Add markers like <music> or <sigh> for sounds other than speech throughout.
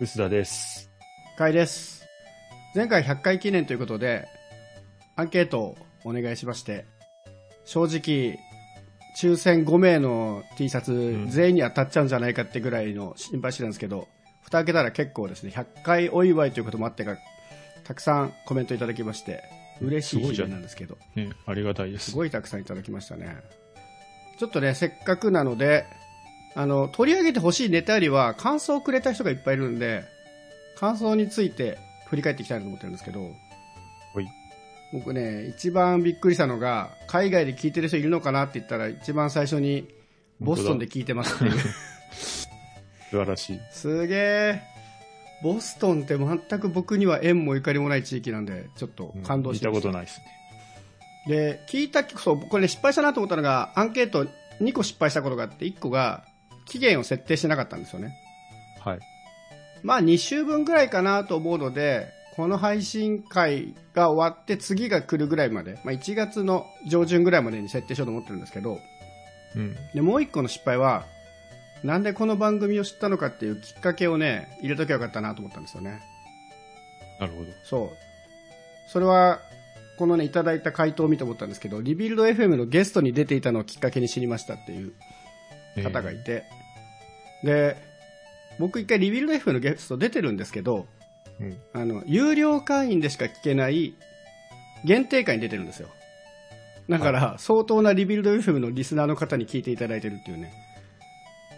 薄田です。回です前回100回記念ということでアンケートをお願いしまして正直抽選5名の T シャツん全員に当たっちゃうんじゃないかってぐらいの心配してたんですけど蓋開けたら結構ですね100回お祝いということもあってかたくさんコメントいただきまして嬉しすいごい日じゃん々なんですけどね、ありがたいですす。ごいたくさんいただきましたね。ちょっとね、せっかくなので、あの、取り上げてほしいネタよりは、感想をくれた人がいっぱいいるんで、感想について振り返っていきたいなと思ってるんですけど、ほい僕ね、一番びっくりしたのが、海外で聞いてる人いるのかなって言ったら、一番最初に、ボストンで聞いてますっていう。 <laughs> 素晴らしい。すげえ。ボストンって全く僕には縁もゆかりもない地域なんで、ちょっと感動して見またしこたとないですね。で聞いたそうこれ、ね、失敗したなと思ったのがアンケート2個失敗したことがあって1個が期限を設定してなかったんですよねはい。まあ2週分ぐらいかなと思うのでこの配信会が終わって次が来るぐらいまで、まあ、1月の上旬ぐらいまでに設定しようと思ってるんですけどうん。でもう1個の失敗はなんでこの番組を知ったのかっていうきっかけをね入れときゃよかったなと思ったんですよねなるほど。そう。それは、このね、いただいた回答を見て思ったんですけど、リビルド FM のゲストに出ていたのをきっかけに知りましたっていうえー方がいて、で、僕一回リビルド FM のゲスト出てるんですけど、うん。あの、有料会員でしか聞けない限定会に出てるんですよ。だから、相当なリビルド FM のリスナーの方に聞いていただいてるっていうね、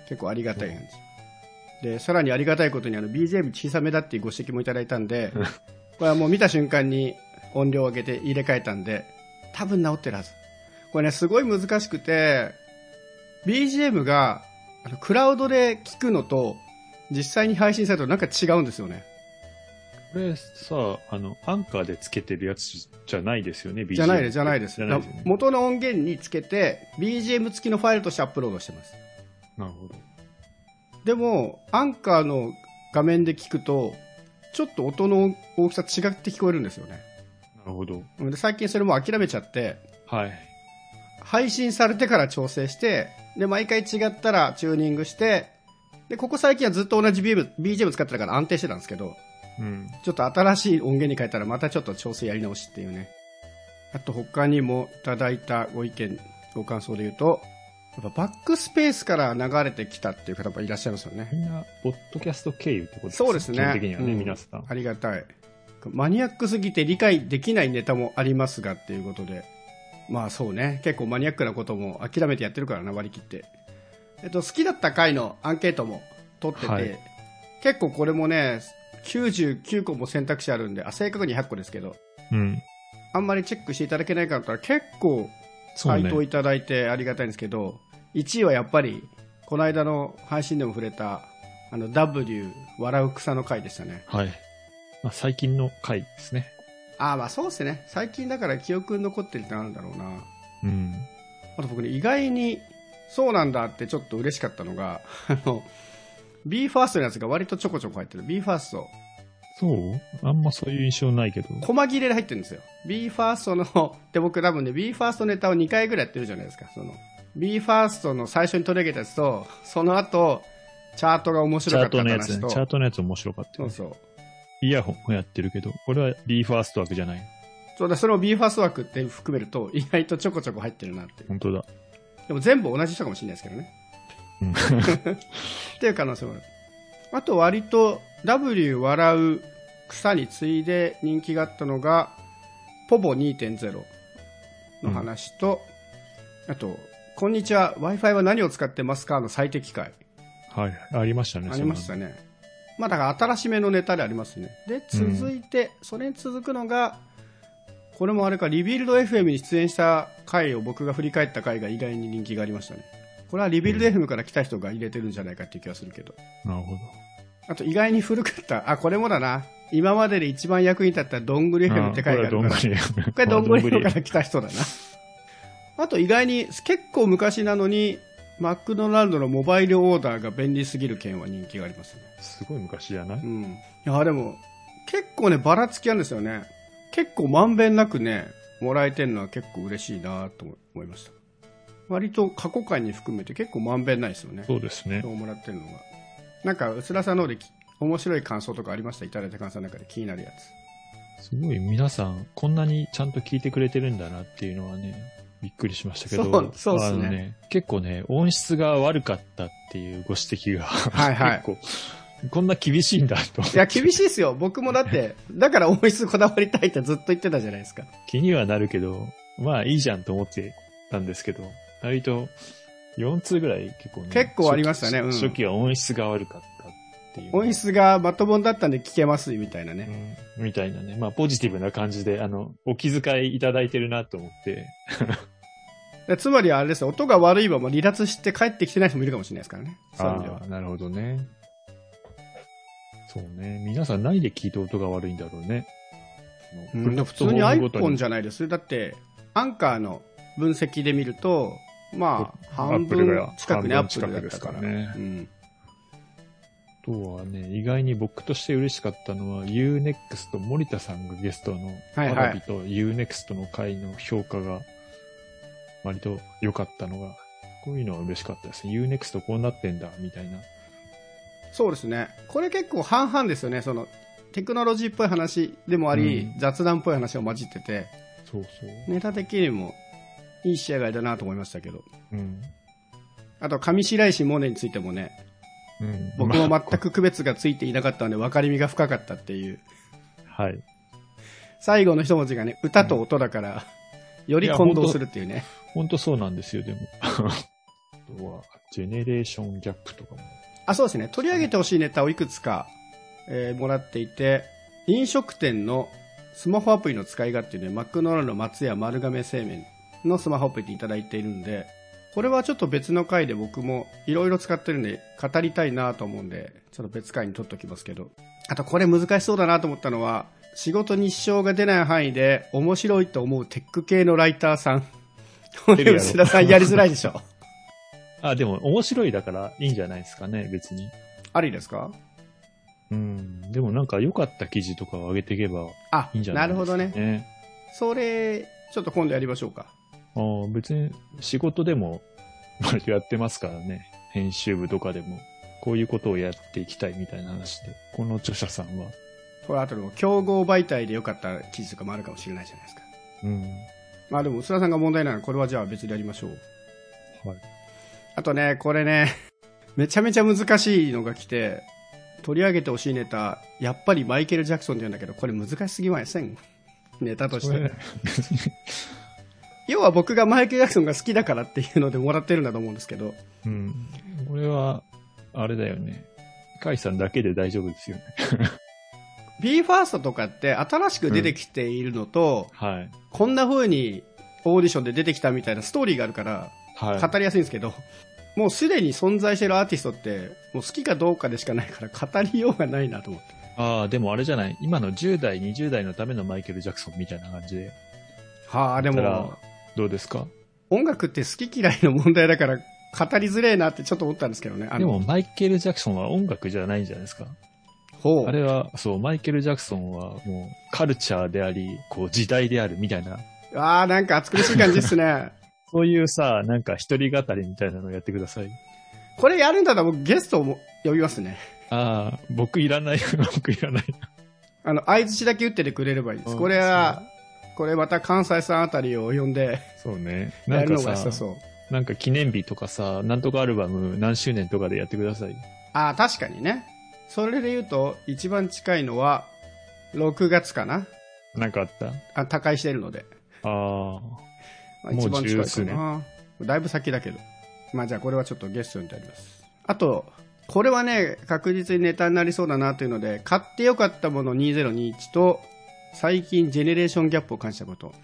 結構ありがたい感じ。で、さらにありがたいことに、あの、BGM 小さめだっていうご指摘もいただいたんで、これはもう見た瞬間に音量を上げて入れ替えたんで、多分治ってるはず。これね、すごい難しくて、BGM が、あの、クラウドで聞くのと、実際に配信されるとなんか違うんですよね。これさ、あの、アンカーでつけてるやつじゃないですよね、BGM じゃないです、じゃないです。じゃないですよね。元の音源につけて、BGM 付きのファイルとしてアップロードしてます。なるほど。でも、アンカーの画面で聞くと、ちょっと音の大きさ違って聞こえるんですよね。なるほど。で最近それもう諦めちゃって、はい。配信されてから調整して、で、毎回違ったらチューニングして、で、ここ最近はずっと同じ BGM, BGM 使ってたから安定してたんですけど、うん。ちょっと新しい音源に変えたらまたちょっと調整やり直しっていうね。あと他にもいただいたご意見、ご感想で言うと、やっぱバックスペースから流れてきたっていう方もいらっしゃいますよね。みんな、ポッドキャスト経由ってことですそうですね基本的にはね、うん皆さん。ありがたい。マニアックすぎて理解できないネタもありますがっていうことで。まあそうね。結構マニアックなことも諦めてやってるからな、割り切って。えっと、好きだった回のアンケートも取ってて、はい結構これもね、99個も選択肢あるんで、あ、正確に100個ですけど、うん。あんまりチェックしていただけないかなと思ったら結構回答いただいてありがたいんですけど、1位はやっぱりこの間の配信でも触れたあの W 笑う草の回でしたねはい。まあ、最近の回ですね。ああまあそうですね最近だから記憶に残ってるってなるんだろうなうん。あと僕ね意外にそうなんだってちょっと嬉しかったのがあの BE:FIRST のやつが割とちょこちょこ入ってる BE:FIRST そうあんまそういう印象ないけど。細切れで入ってるんですよ。BE:FIRST の、 <laughs> で僕多分ね、BE:FIRST ネタを2回ぐらいやってるじゃないですか。その、BE:FIRST の最初に取り上げたやつと、その後、チャートが面チ白ャーかったト話と。のやつね。チャートのやつ面白かったそようね。そう。イヤホンもやってるけど、これは BE:FIRST 枠じゃない。そうだ、それを BE:FIRST 枠って含めると、意外とちょこちょこ入ってるなっていう。本当だ。でも全部同じ人かもしれないですけどね。 <laughs> うん。っていう可能性もある。あと割と W 笑う草に次いで人気があったのが、ポボ2.0の話と、あと、こんにちは、Wi-Fi は何を使ってますかの最適解。はい、ありましたね。ありましたね。まあだから新しめのネタでありますね。で、うん続いて、それに続くのが、これもあれか、リビルド FM に出演した回を僕が振り返った回が意外に人気がありましたね。これはリビルド FM から来た人が入れてるんじゃないかっていう気がするけど。そんなの。なるほあと意外に古かった。あ、これもだな。今までで一番役に立ったどんぐりど。 FM って書いてあるから。ここれれどどんんぐぐりり。 FM から来た人だな。あと意外に結構昔なのに、マクドナルドのモバイルオーダーが便利すぎる件は人気がありますね。 <laughs> すごい昔じゃなういん。いや、でも、結構ね、ばらつきあるんですよね。結構まんべんなくね、もらえてるのは結構嬉しいなと思いました。割と過去回に含めて結構まんべんないですよね。そうですね。をもらってるのが。なんか、うつらさんの方でき面白い感想とかありましたいただいた感想の中で気になるやつ。すごい皆さん、こんなにちゃんと聞いてくれてるんだなっていうのはね、びっくりしましたけど、そうそうっすねあの結構ね、音質が悪かったっていうご指摘が、はいはい <laughs> 結構、こんな厳しいんだといや、厳しいですよ。僕もだって、だから音質こだわりたいってずっと言ってたじゃないですか。気にはなるけど、まあいいじゃんと思ってたんですけど、割と4通ぐらい結構ね、結構ありましたね初期うん初期は音質が悪かったっていう。音質がまともだったんで聞けますみたいなね。うんみたいなね。まあ、ポジティブな感じで、あの、お気遣いいただいてるなと思って。でつまりあれですよ音が悪いまま離脱して帰ってきてない人もいるかもしれないですからね。そういう意味では。あー、なるほどね。そうね。皆さん何で聞いて音が悪いんだろうね。うん、でも普通に iPhone じゃないです。だって、アンカーの分析で見ると、まあ、ア半ップルぐ分らい近くね、ア半分ップ近ルだくっでたすか。かららねねうん、あとはね、意外に僕として嬉しかったのは、UNEXT と森田さんがゲストの、はいはいワラビと UNEXT の回の評価が、割と良かったのが、こういうのは嬉しかったですね。UNEXT こうなってんだ、みたいな。そうですね。これ結構半々ですよね。その、テクノロジーっぽい話でもあり、うん雑談っぽい話が混じってて、そうそう。ネタ的にもいい仕上がりだなと思いましたけど。うん。あと、上白石萌音についてもね、うん僕も全く区別がついていなかったので、分かりみが深かったっていう。はい。最後の一文字がね、歌と音だから、より混同するっていうね。本当そうなんですよ、でも。 <laughs> あとは、ジェネレーションギャップとかも。あ、そうですね。取り上げてほしいネタをいくつか、えーもらっていて、飲食店のスマホアプリの使い勝手で、マクドナルド松屋丸亀製麺のスマホアプリでいただいているんで、これはちょっと別の回で僕もいろいろ使ってるんで語りたいなと思うんで、ちょっと別回に取っときますけど。あとこれ難しそうだなと思ったのは、仕事に支障が出ない範囲で面白いと思うテック系のライターさん。こ出れるやろ吉田さんやりづらいでしょ。あ、でも、面白いだからいいんじゃないですかね、別に。ありですかうん。でもなんか良かった記事とかを上げていけばあ、いいんじゃなないでるすかほどね。ね。それ、ちょっと今度やりましょうか。あー別に仕事でも <laughs> 割とやってますからね。編集部とかでも。こういうことをやっていきたいみたいな話で。この著者さんは。これ後でも競合媒体で良かった記事とかもあるかもしれないじゃないですか。うん。まあでも、薄田さんが問題ならこれはじゃあ別でやりましょう。はい。あとね、これね、 <laughs> めちゃめちゃ難しいのが来て、取り上げてほしいネタ、やっぱりマイケル・ジャクソンって言うんだけど、これ難しすぎませんネタとしこれて。要は僕がマイケル・ジャクソンが好きだからっていうのでもらってるんだと思うんですけど、 <laughs> うん。これは、あれだよね。甲斐さんだけで大丈夫ですよね。 BE:FIRST とかって新しく出てきているのと、はい。こんな風にオーディションで出てきたみたいなストーリーがあるから、はい。語りやすいんですけど、もうすでに存在してるアーティストって、もう好きかどうかでしかないから語りようがないなと思って。ああ、でもあれじゃない。今の10代、20代のためのマイケル・ジャクソンみたいな感じで。はあ、でだからも、どうですか音楽って好き嫌いの問題だから、語りづれえなってちょっと思ったんですけどね。あでの、もマイケル・ジャクソンは音楽じゃないんじゃないですか。ほうあれは、そう、マイケル・ジャクソンはもうカルチャーであり、こう時代であるみたいな。あーなんか暑苦しい感じですね。 <laughs> そういうさ、なんか一人語りみたいなのやってください。これやるんだったら僕ゲストを呼びますね。ああ、僕いらない、僕いらない。あの、相槌だけ打っててくれればいいです。これは、これまた関西さんあたりを呼んで、そうね。なやんるかのが良ささ、そう。なんか記念日とかさ、なんとかアルバム何周年とかでやってください。ああ、確かにね。それで言うと、一番近いのは、6月かななんかあったあ、他界してるので。ああ、まあ、もう一番近いか十数な。だいぶ先だけど。まあじゃあこれはちょっとゲストになります。あと、これはね、確実にネタになりそうだなというので、買ってよかったもの2021と、最近ジェネレーションギャップを感じたこと。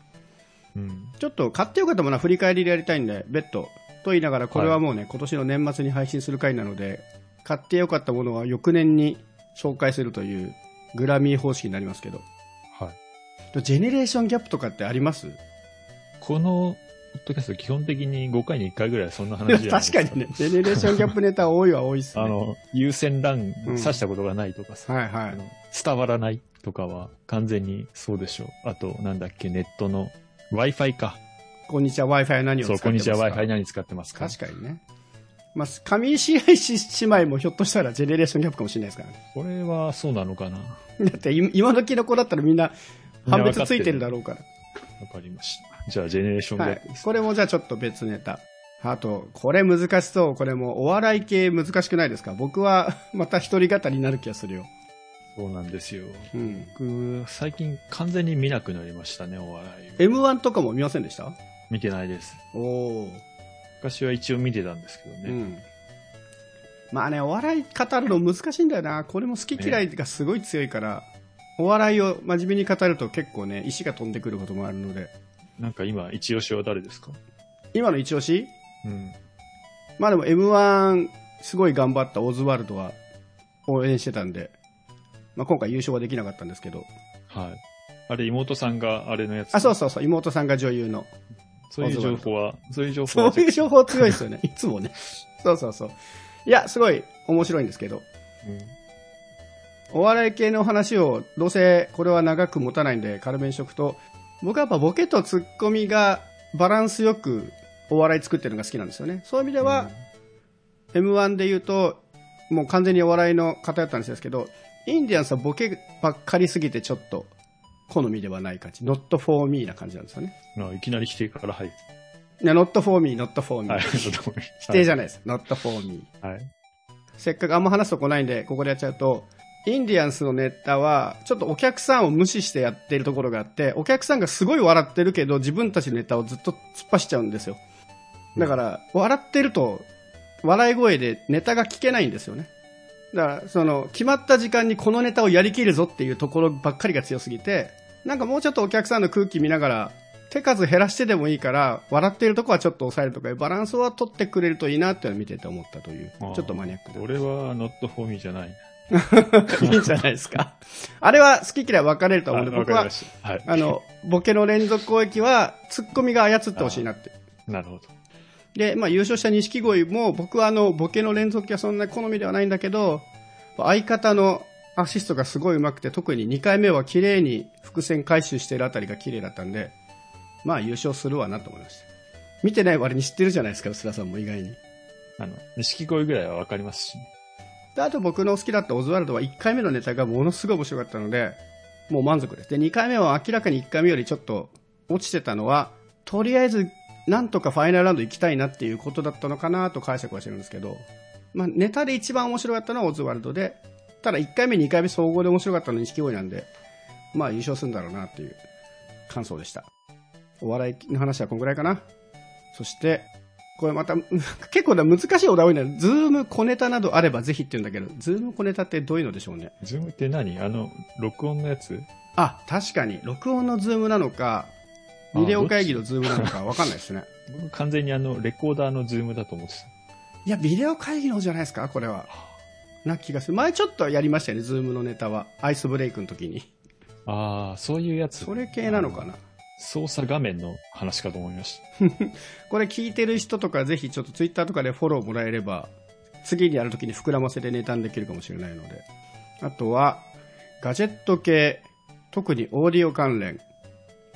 うん。ちょっと買ってよかったものは振り返りでやりたいんで、別途。と言いながら、これはもうね、今年の年末に配信する回なので、買ってよかったものは翌年に紹介するというグラミー方式になりますけど。はい。ジェネレーションギャップとかってありますこの、ポッドキャスト基本的に5回に1回ぐらいそんな話じゃないです <laughs> <laughs> 確かにね、ジェネレーションギャップネタ多いは多いっすね。あの、優先欄うん刺したことがないとかさ、はいはあい。の伝わらないとかは完全にそうでしょう。あと、なんだっけ、ネットの Wi-Fi か。こんにちは Wi-Fi 何を使そっう、てこんまにすちかは Wi-Fi 何使ってますか確かにね。まあ、上石井石姉妹もひょっとしたらジェネレーションギャップかもしれないですからね。これはそうなのかなわ <laughs> だって今今時の子だったらみんな判別ついてるだろうから。かりました。じゃあ、ジェネレーションギはャッいプです。。これもじゃあちょっと別ネタ。あと、これ難しそう。これもお笑い系難しくないですか僕は <laughs> また一人語りになる気がするよ。そうなんですよ。うん。僕、最近完全に見なくなりましたね、お笑いを。 M1 とかも見ませんでした見てないです。おお昔は一応見てたんですけどー。うね。ん。まあね、お笑い語るの難しいんだよな。これも好き嫌いがすごい強いから、お笑いを真面目に語ると結構ね、石が飛んでくることもあるので。なんか今、一押しは誰ですか今の一押しうん。まあでも M1 すごい頑張ったオズワルドは応援してたんで、まあ、今回優勝はできなかったんですけど、はい。あれ、妹さんがあれのやつ。あ、そうそうそう、妹さんが女優の。そういう情報は、そういう情報そは、ういう情報強いですよ <laughs> ね。いつもね。そうそうそう。いや、すごい面白いんですけど、うんお笑い系の話をどうせこれは長く持たないんで軽めにしとくと、僕はやっぱボケとツッコミがバランスよくお笑い作ってるのが好きなんですよね。そういう意味では、M1 で言うと、もう完全にお笑いの方やったんですけど、インディアンスはボケばっかりすぎてちょっと好みではない感じ。not for me な感じなんですよね。うんまあいきなり否定から入る。いや not for me, not for me. はい、否定じゃゃないです。not for me。はい。せっかくあんま話すとこないんで、ここでやっちゃうと、インディアンスのネタは、ちょっとお客さんを無視してやってるところがあって、お客さんがすごい笑ってるけど、自分たちのネタをずっと突っ走っちゃうんですよ。だから、笑ってると、笑い声でネタが聞けないんですよね。だから、その、決まった時間にこのネタをやりきるぞっていうところばっかりが強すぎて、なんかもうちょっとお客さんの空気見ながら、手数減らしてでもいいから、笑ってるとこはちょっと抑えるとかいうバランスは取ってくれるといいなっていうのを見てて思ったという、ちあょーっとマニアックな。俺は、not for me じゃない。 <laughs> いいんじゃないですか。あれは好き嫌い分かれると思うんで、あわか僕りはま、した。はい。あの、ボケの連続攻撃は、ツッコミが操ってほしいなって。 <laughs> なるほど。で、まあ、優勝した錦鯉も、僕はあの、ボケの連続はそんな好みではないんだけど、相方のアシストがすごい上手くて、特に2回目は綺麗に伏線回収してるあたりが綺麗だったんで、まあ、優勝するわなと思いました。見てない割に知ってるじゃないですか、薄田さんも意外に。あの、錦鯉ぐらいはわかりますしね。であと僕の好きだったオズワルドは1回目のネタがものすごい面白かったので、もう満足です。で、2回目は明らかに1回目よりちょっと落ちてたのは、とりあえずなんとかファイナルラウンド行きたいなっていうことだったのかなと解釈はしてるんですけど、まあネタで一番面白かったのはオズワルドで、ただ1回目2回目総合で面白かったのは錦鯉なんで、まあ優勝するんだろうなっていう感想でした。お笑いの話はこんぐらいかな。そして、これまた、結構な難しいお題多いね。ズーム小ネタなどあればぜひって言うんだけど、ズーム小ネタってどういうのでしょうね。ズームって何あの、録音のやつあ、確かに、録音のズームなのか、あビデオ会議のズームなのかわかんないですね。僕完全にあの、レコーダーのズームだと思っていや、ビデオ会議の方じゃないですか、これは。な気がする。前ちょっとやりましたよね、ズームのネタは。アイスブレイクの時に。た。ああ、そういうやつ。それ系なのかな。操作画面の話かと思いましこれ聞いてる人とかぜひちょっとツイッターとかでフォローもらえれば次にやるときに膨らませてネタにできるかもしれないのであとはガジェット系特にオーディオ関連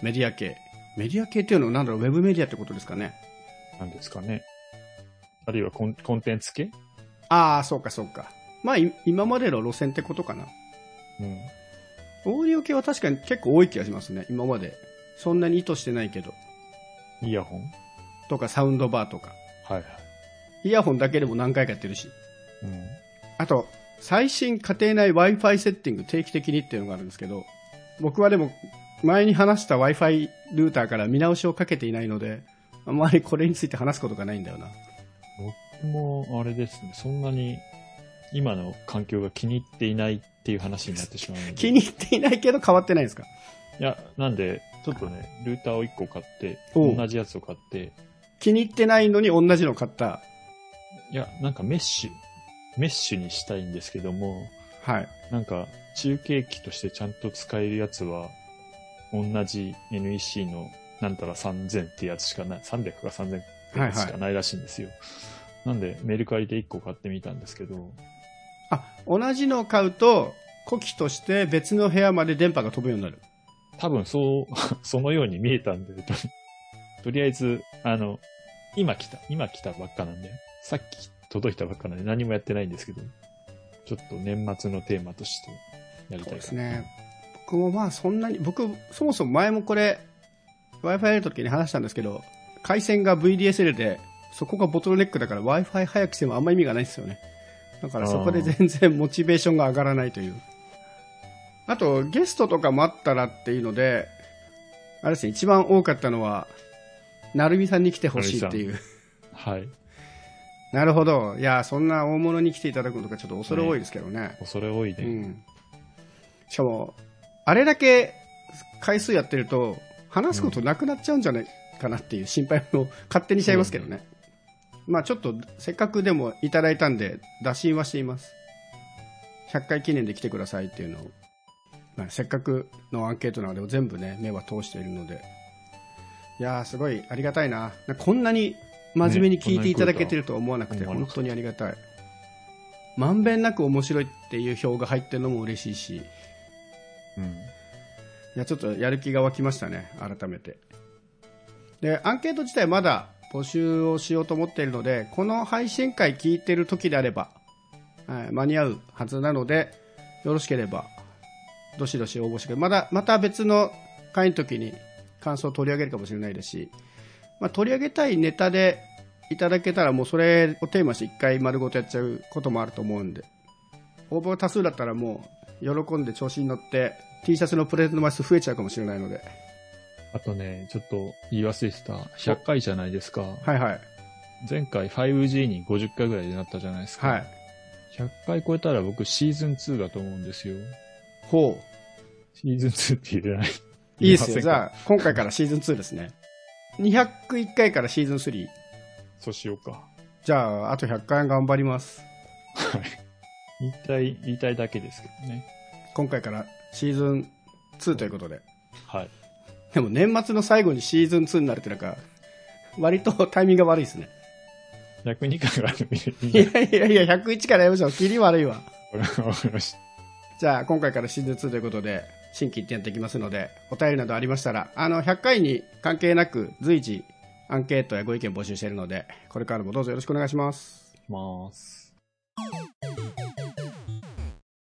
メディア系メディア系っていうのはなんだろうウェブメディアってことですかねた。なんですかね。あるいはコンコンテンツ系ああそうかそうかまあい今までの路線ってことかなうん。オーディオ系は確かに結構多い気がしますね今までそんなに意図してないけどイヤホンとかサウンドバーとかはいはい。イヤホンだけでも何回かやってるしうん。あと、最新家庭内 Wi-Fi セッティング定期的にっていうのがあるんですけど、僕はでも前に話した Wi-Fi ルーターから見直しをかけていないので、あまりこれについて話すことがないんだよな。僕も、あれですね、そんなに、今の環境が気に入っていないっていう話になってしま <laughs> うので。気に入っていないけど変わってないんですかいや、なんで、ちょっとね、ルーターを1個買って、お同うじやつを買って、気に入ってないのに同じの買った。いや、なんかメッシュ、メッシュにしたいんですけども、はい。なんか中継機としてちゃんと使えるやつは、同じ NEC のなんたら3000ってやつしかない、300か3000ってやつしかないらしいんですよ。なんで、メルカリで1個買ってみたんですけど、あ、同じのを買うと、古希として別の部屋まで電波が飛ぶようになる。多分そう、 <laughs> そのように見えたん <laughs> で、ととりあえず、あの、今来た、今来たばっかなんで、さっき届いたばっかなんで何もやってないんですけど、ちょっと年末のテーマとしてやりたいかなそうですね。僕もまあそんなに、僕、そもそも前もこれ、Wi-Fi やるときに話したんですけど、回線が VDSL で、そこがボトルネックだから Wi-Fi 早くしてもあんま意味がないですよね。だからそこで全然モチベーションが上がらないという。あと、ゲストとかもあったらっていうので、あれですね、一番多かったのは、なるみさんに来てほしいっていう。はい。 <laughs> なるほど。いや、そんな大物に来ていただくのとかちょっと恐れ多いですけどね。恐れ多いね。うん、しかも、あれだけ回数やってると、話すことなくなっちゃうんじゃないかなっていう心配を勝手にしちゃいますけどね。まあちょっと、せっかくでもいただいたんで、打診はしています。100回記念で来てくださいっていうのを、まあ、せっかくのアンケートなので、全部ね、目は通しているので。いやー、すごいありがたいな。なんかこんなに真面目に聞いていただけてるとは思わなくて、ねこんなに本来ると当にありがたい。まんべんなく面白いっていう票が入ってるのも嬉しいし、いうんや、ちょっとやる気が湧きましたね、改めて。で、アンケート自体まだ募集をしようと思っているので、この配信会聞いてる時であれば、はい間に合うはずなので、よろしければ、どしどし応募してくれまだ、また別の会の時に感想を取り上げるかもしれないですし、まあ、取り上げたいネタでいただけたらもうそれをテーマにして一回丸ごとやっちゃうこともあると思うんで応募が多数だったらもう喜んで調子に乗って T シャツのプレゼント枚数増えちゃうかもしれないのであとね、ちょっと言い忘れてた、100回じゃないですか。はいはい前回 5G に50回ぐらいでなったじゃないですか。はい100回超えたら僕シーズン2だと思うんですよ。ほうシーズン2って言えない。いいですよ言えませんかじゃあ今回からシーズン2ですね201回からシーズン3そうしようか。じゃああと100回頑張りますはい。言いたい、言いたいだけですけどね。今回からシーズン2ということではい。でも年末の最後にシーズン2になるってなんか割とタイミングが悪いですね102回があるみたいいな。やいやいや、101からやりましょう。キリ悪いわ。 <laughs> これはわかりました。じゃあ、今回からシーズン2ということで、新規ってやっていきますので、お便りなどありましたら、あの、100回に関係なく、随時、アンケートやご意見募集しているので、これからもどうぞよろしくお願いします。ます。